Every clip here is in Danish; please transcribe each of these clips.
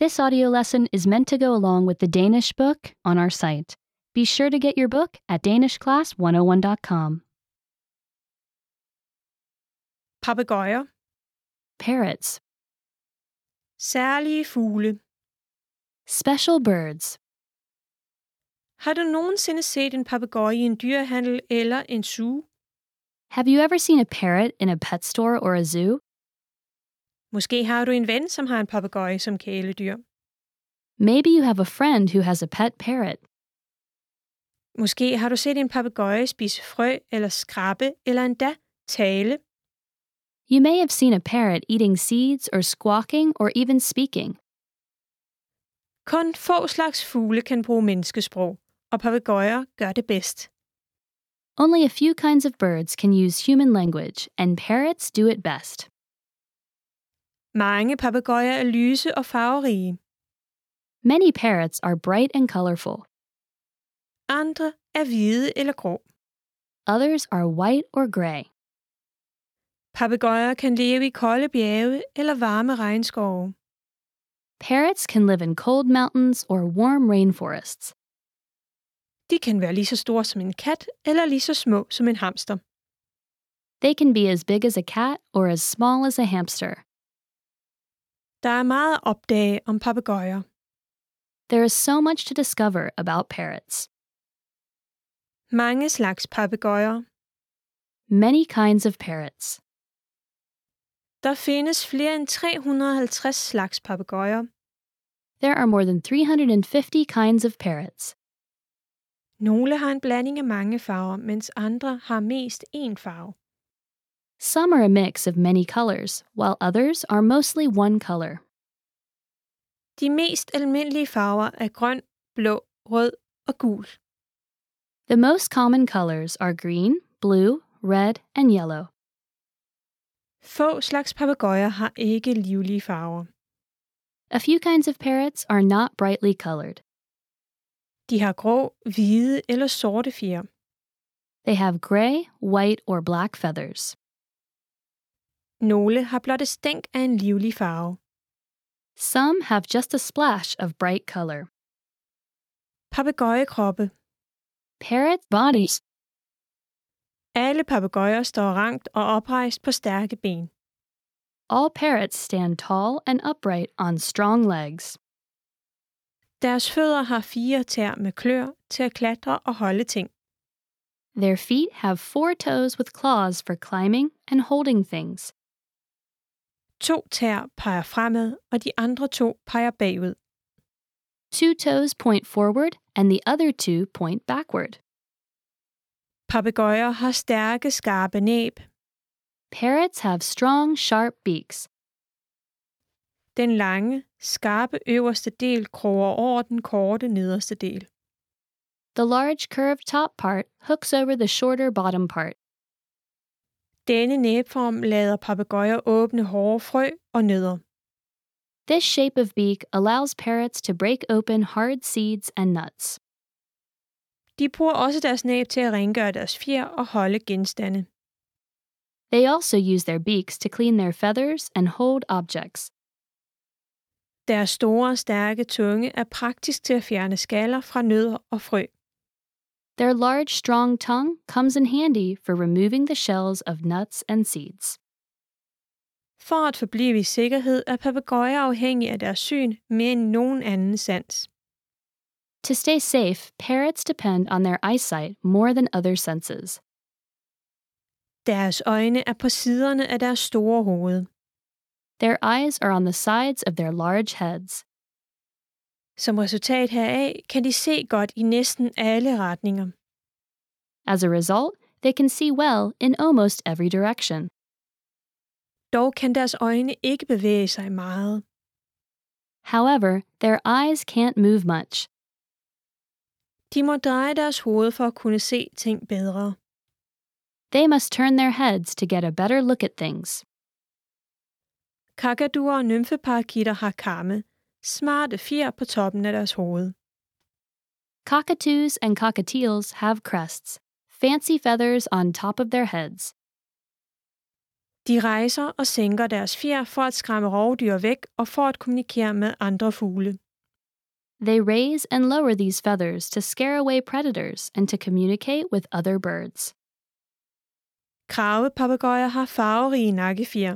This audio lesson is meant to go along with the Danish book on our site. Be sure to get your book at danishclass101.com. Papegøjer. Parrots, Særlige fugle. special birds. Har du nogensinde set en papegøje i en dyrehandel eller en suge? Have you ever seen a parrot in a pet store or a zoo? Måske har du en ven, som har en papegøje som kæledyr. Maybe you have a friend who has a pet parrot. Måske har du set en papegøje spise frø eller skrabe eller endda tale. You may have seen a parrot eating seeds or squawking or even speaking. Kun få slags fugle kan bruge menneskesprog, og papegøjer gør det bedst. Only a few kinds of birds can use human language, and parrots do it best. Mange papegøjer er lyse og farverige. Many parrots are bright and colorful, Andre er hvide eller grå. others are white or gray. Papegøjer kan leve i kolde bjerge eller varme regnskove. Parrots can live in cold mountains or warm rainforests. De kan være lige så store som en kat, eller lige så små som en hamster. They can be as big as a cat or as small as a hamster. Der er meget at opdage om papegøjer. There is so much to discover about parrots. Mange slags papegøjer. Many kinds of parrots. Der findes flere end 350 slags papegøjer. There are more than 350 kinds of parrots. Nogle har en blanding af mange farver, mens andre har mest én farve. Some are a mix of many colors, while others are mostly one color. De mest almindelige farver er grøn, blå, rød og gul. The most common colors are green, blue, red, and yellow. Få slags papegøjer har ikke livlige farver. A few kinds of parrots are not brightly colored. De har grå, hvide eller sorte fjer. They have gray, white, or black feathers. Nogle har blot et stænk af en livlig farve. Some have just a splash of bright color. Papegøjekroppe Parrot bodies. Alle papegøjer står rangt og oprejst på stærke ben. All parrots stand tall and upright on strong legs. Deres fødder har fire tær med klør til at klatre og holde ting. Their feet have four toes with claws for climbing and holding things. To tær peger fremad, og de andre to peger bagud. Two toes point forward and the other two point backward. Papegøjer har stærke, skarpe næb. Parrots have strong, sharp beaks. Den lange, skarpe øverste del kroger over den korte nederste del. The large curved top part hooks over the shorter bottom part. Denne næbform lader papegøjer åbne hårde frø og nødder. This shape of beak allows parrots to break open hard seeds and nuts. De bruger også deres næb til at rengøre deres fjer og holde genstande. They also use their beaks to clean their feathers and hold objects. Deres store, stærke tunge er praktisk til at fjerne skaller fra nødder og frø. Their large, strong tongue comes in handy for removing the shells of nuts and seeds. For at forblive i sikkerhed er papegøjer afhængige af deres syn mere end nogen anden sans. To stay safe, parrots depend on their eyesight more than other senses. Deres øjne er på siderne af deres store hoved. Their eyes are on the sides of their large heads. Som resultat heraf kan de se godt i næsten alle retninger. As a result, they can see well in almost every direction. Dog kan deres øjne ikke bevæge sig meget. However, their eyes can't move much. De må dreje deres hoved for at kunne se ting bedre. They must turn their heads to get a better look at things. Kakaduer og nymfeparakitter har kamme, smarte fjer på toppen af deres hoved. Cockatoos and cockatiels have crests, fancy feathers on top of their heads. De rejser og sænker deres fjer for at skræmme rovdyr væk og for at kommunikere med andre fugle. They raise and lower these feathers to scare away predators and to communicate with other birds. Kravepapegøjer har farverige nakkefjer.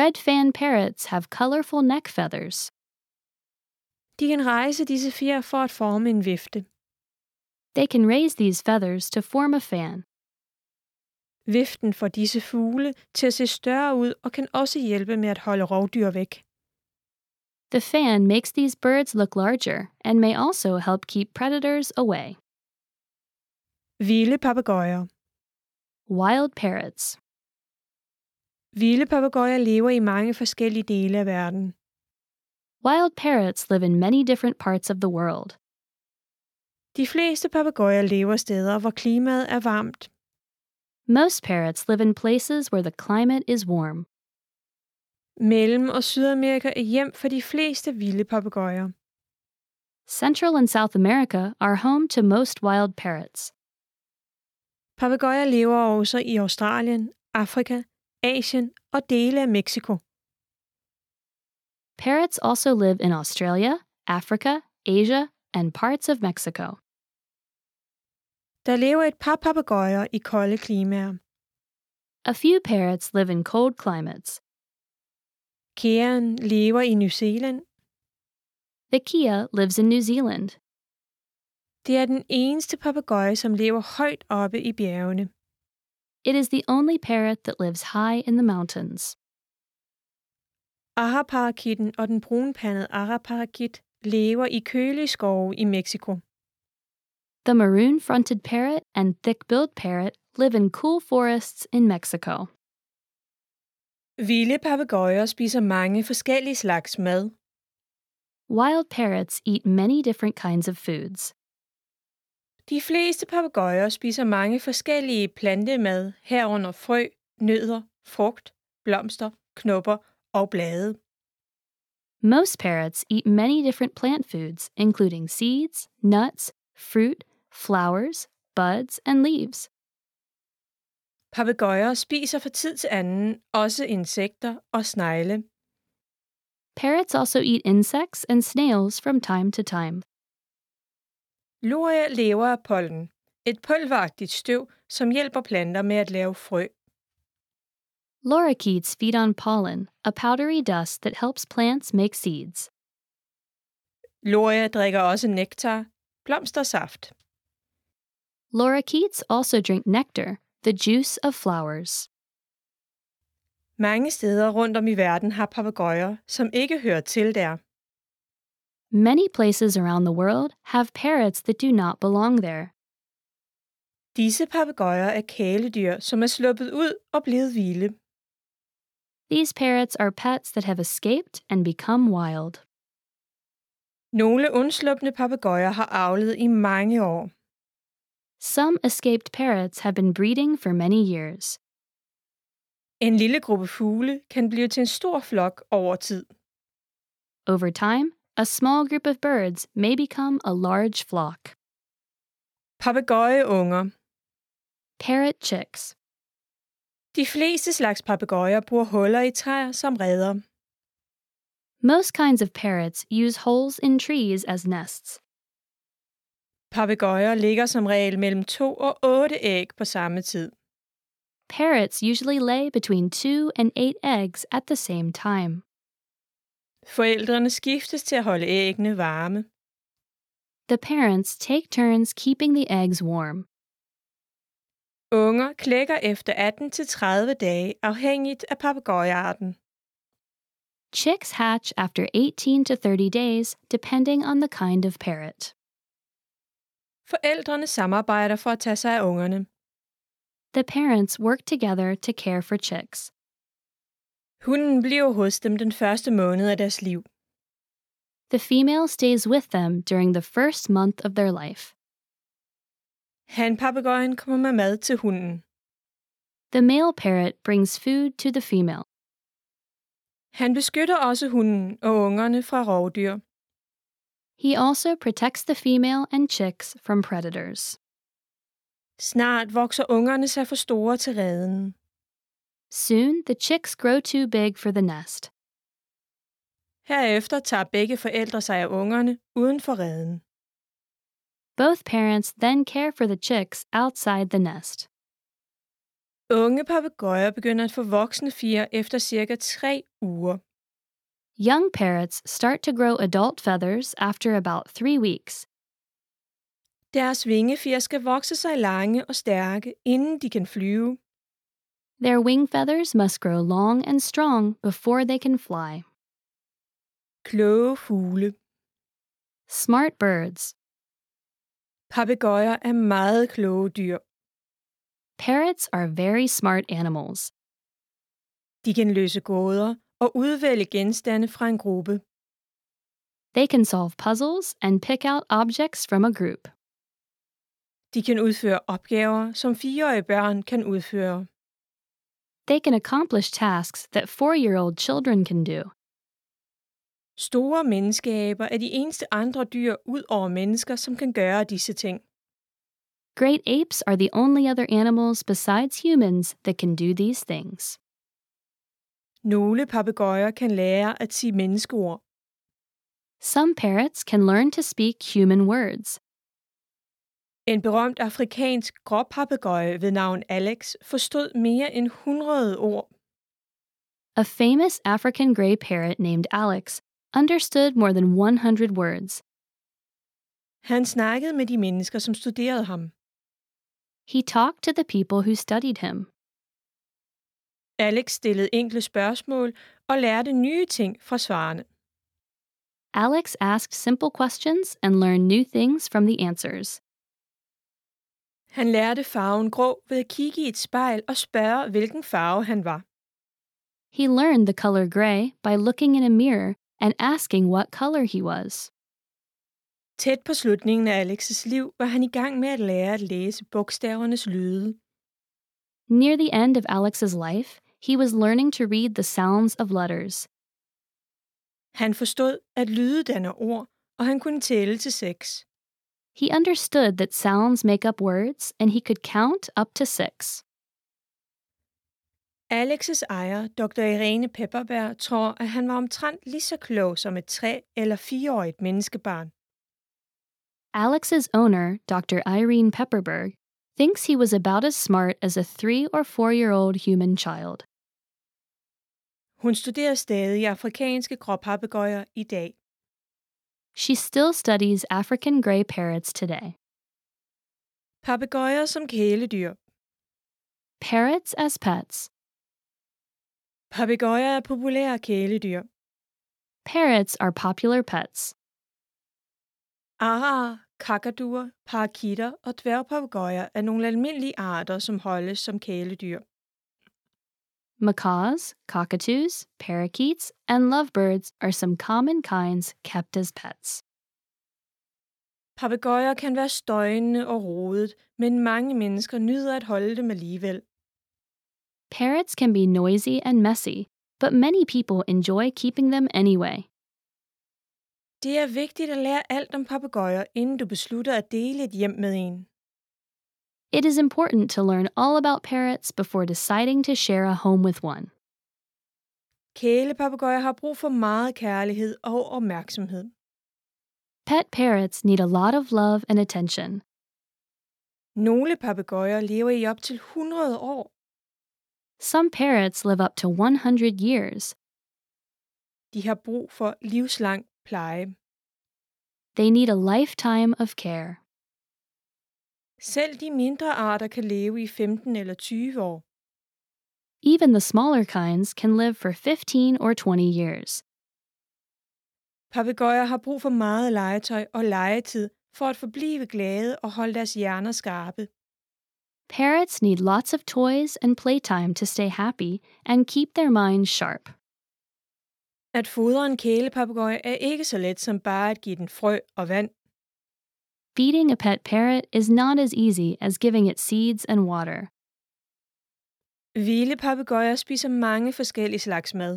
Red fan parrots have colorful neck feathers. De kan rejse disse fjer for at forme en vifte. They can raise these feathers to form a fan. Viften får disse fugle til at se større ud og kan også hjælpe med at holde rovdyr væk. The fan makes these birds look larger and may also help keep predators away. Vilde papegøjer. Wild parrots. Vilde papegøjer lever i mange forskellige dele af verden. Wild parrots live in many different parts of the world. De fleste papegøjer lever steder, hvor klimaet er varmt. Most parrots live in places where the climate is warm. Mellem- og Sydamerika er hjem for de fleste vilde papegøjer. Central and South America are home to most wild parrots. Papegøjer lever også i Australien, Afrika, Asien og dele af Mexico. Parrots also live in Australia, Africa, Asia, and parts of Mexico. Der lever et par papegøjer i kolde klimaer. A few parrots live in cold climates. Kæren lever i New Zealand. The Kia lives in New Zealand. Det er den eneste papegøje, som lever højt oppe i bjergene. It is the only parrot that lives high in the mountains. Araparakitten og den brunpandede araparakit lever i kølige skove i Mexico. The maroon fronted parrot and thick billed parrot live in cool forests in Mexico. Vilde papegøjer spiser mange forskellige slags mad. Wild parrots eat many different kinds of foods. De fleste papegøjer spiser mange forskellige plantemad, herunder frø, nødder, frugt, blomster, knopper og blade. Most parrots eat many different plant foods, including seeds, nuts, fruit, flowers, buds, and leaves. Papegøjer spiser fra tid til anden også insekter og snegle. Parrots also eat insects and snails from time to time. Luria lever af pollen, et pulveragtigt støv, som hjælper planter med at lave frø. Lorikeets feed on pollen, a powdery dust that helps plants make seeds. Luria drikker også nektar, blomstersaft. Lorikeets also drink nectar, the juice of flowers. Mange steder rundt om i verden har papegøjer, som ikke hører til der. Many places around the world have parrots that do not belong there. Disse papegøjer er kæledyr, som er sluppet ud og blevet vilde. These parrots are pets that have escaped and become wild. Nogle undslupne papegøjer har avlet i mange år. Some escaped parrots have been breeding for many years. En lille gruppe fugle kan blive til en stor flok over tid. Over time, a small group of birds may become a large flock. Papegøjeunger. Parrot chicks. De fleste slags papegøjer bruger huller i træer som redder. Most kinds of parrots use holes in trees as nests. Papegøjer ligger som regel mellem 2 og 8 æg på samme tid. Parrots usually lay between two and eight eggs at the same time. Forældrene skiftes til at holde æggene varme. The parents take turns keeping the eggs warm. Unger klækker efter 18 til 30 dage afhængigt af papegøjearten. Chicks hatch after 18 to 30 days, depending on the kind of parrot. Forældrene samarbejder for at tage sig af ungerne. The parents work together to care for chicks. Hunden bliver hos dem den første måned af deres liv. The female stays with them during the first month of their life. Han-papegøjen kommer med mad til hunden. The male parrot brings food to the female. Han beskytter også hunden og ungerne fra rovdyr. He also protects the female and chicks from predators. Snart vokser ungerne sig for store til reden. Soon the chicks grow too big for the nest. Herefter tager begge forældre sig af ungerne uden for reden. Both parents then care for the chicks outside the nest. Unge papegøjer begynder at få voksne fjer efter cirka tre uger. Young parrots start to grow adult feathers after about three weeks. Deres vingefjer skal vokse sig lange og stærke, inden de kan flyve. Their wing feathers must grow long and strong before they can fly. Kloge fugle. Smart birds. Papegøjer er meget kloge dyr. Parrots are very smart animals. De kan løse gåder og udvælge genstande fra en gruppe. They can solve puzzles and pick out objects from a group. De kan udføre opgaver, som fireårige børn kan udføre. They can accomplish tasks that four year old children can do. Store menneskeaber er de eneste andre dyr ud over mennesker, som kan gøre disse ting. Great apes are the only other animals besides humans that can do these things. Nogle papegøjer kan lære at sige menneskeord. Some parrots can learn to speak human words. En berømt afrikansk gråpapegøje ved navn Alex forstod mere end 100 ord. A famous African gray parrot named Alex understood more than 100 words. Han snakkede med de mennesker, som studerede ham. He talked to the people who studied him. Alex stillede enkle spørgsmål og lærte nye ting fra svarene. Alex asked simple questions and learned new things from the answers. Han lærte farven grå ved at kigge i et spejl og spørge, hvilken farve han var. He learned the color gray by looking in a mirror and asking what color he was. Tæt på slutningen af Alexes liv var han i gang med at lære at læse bogstavernes lyde. Near the end of Alex's life, he was learning to read the sounds of letters. Han forstod, at lyde danner ord, og han kunne tælle til seks. He understood that sounds make up words and he could count up to six. Alexes ejer, dr. Irene Pepperberg, tror, at han var omtrent lige så klog som et tre- eller fireårigt menneskebarn. Alex's owner, Dr. Irene Pepperberg, thinks he was about as smart as a three or four year old human child. Hun studerer stadig afrikanske gråpapegøjer i dag. She still studies African gray parrots today. Papegøjer som kæledyr. Parrots as pets. Papegøjer er populære kæledyr. Parrots are popular pets. Araer, kakaduer, parakitter og dværgpapegøjer er nogle almindelige arter, som holdes som kæledyr. Macaws, cockatoos, parakeets, and lovebirds are some common kinds kept as pets. Papegøjer kan være støjende og rodet, men mange mennesker nyder at holde dem alligevel. Parrots can be noisy and messy, but many people enjoy keeping them anyway. Det er vigtigt at lære alt om papegøjer, inden du beslutter at dele et hjem med en. It is important to learn all about parrots before deciding to share a home with one. Kælepapegøjer har brug for meget kærlighed og opmærksomhed. Pet parrots need a lot of love and attention. Nogle papegøjer lever i op til 100 år. Some parrots live up to 100 years. De har brug for livslang pleje. They need a lifetime of care. Selv de mindre arter kan leve i 15 eller 20 år. Even the smaller kinds can live for 15 or 20 years. Papegøjer har brug for meget legetøj og legetid for at forblive glade og holde deres hjerner skarpe. Parrots need lots of toys and playtime to stay happy and keep their minds sharp. At fodre en kælepapegøje er ikke så let som bare at give den frø og vand. Feeding a pet parrot is not as easy as giving it seeds and water. Vilde papegøjer spiser mange forskellige slags mad.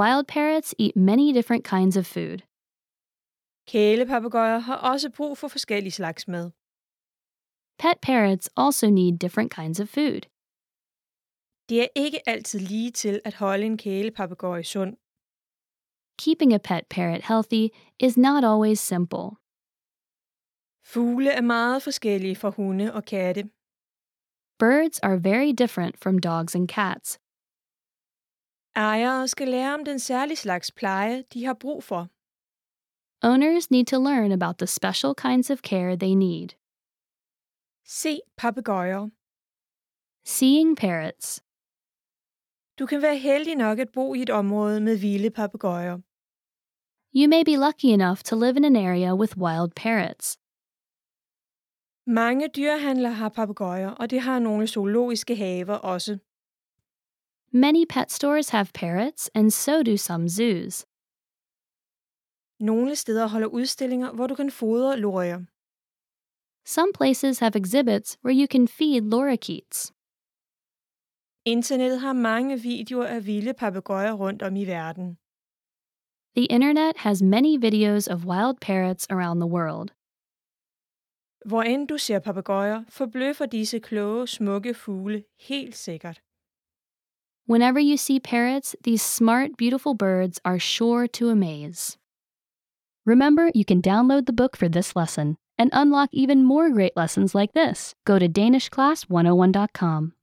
Wild parrots eat many different kinds of food. Kælepapegøjer har også brug for forskellige slags mad. Pet parrots also need different kinds of food. Det er ikke altid lige til at holde en kælepapegøje sund. Keeping a pet parrot healthy is not always simple. Fugle er meget forskellige fra hunde og katte. Birds are very different from dogs and cats. Ejere skal lære om den særlige slags pleje, de har brug for. Owners need to learn about the special kinds of care they need. Se papegøjer. Seeing parrots. Du kan være heldig nok at bo i et område med vilde papegøjer. You may be lucky enough to live in an area with wild parrots. Mange dyrehandlere har papegøjer, og det har nogle zoologiske haver også. Many pet stores have parrots, and so do some zoos. Nogle steder holder udstillinger, hvor du kan fodre lorier. Some places have exhibits where you can feed lorikeets. Internettet har mange videoer af vilde papegøjer rundt om i verden. The internet has many videos of wild parrots around the world. Hvor end du ser papegøjer, forbløffer disse kloge, smukke fugle helt sikkert. Whenever you see parrots, these smart, beautiful birds are sure to amaze. Remember, you can download the book for this oh lesson and unlock even more great lessons like this. Go to DanishClass101.com.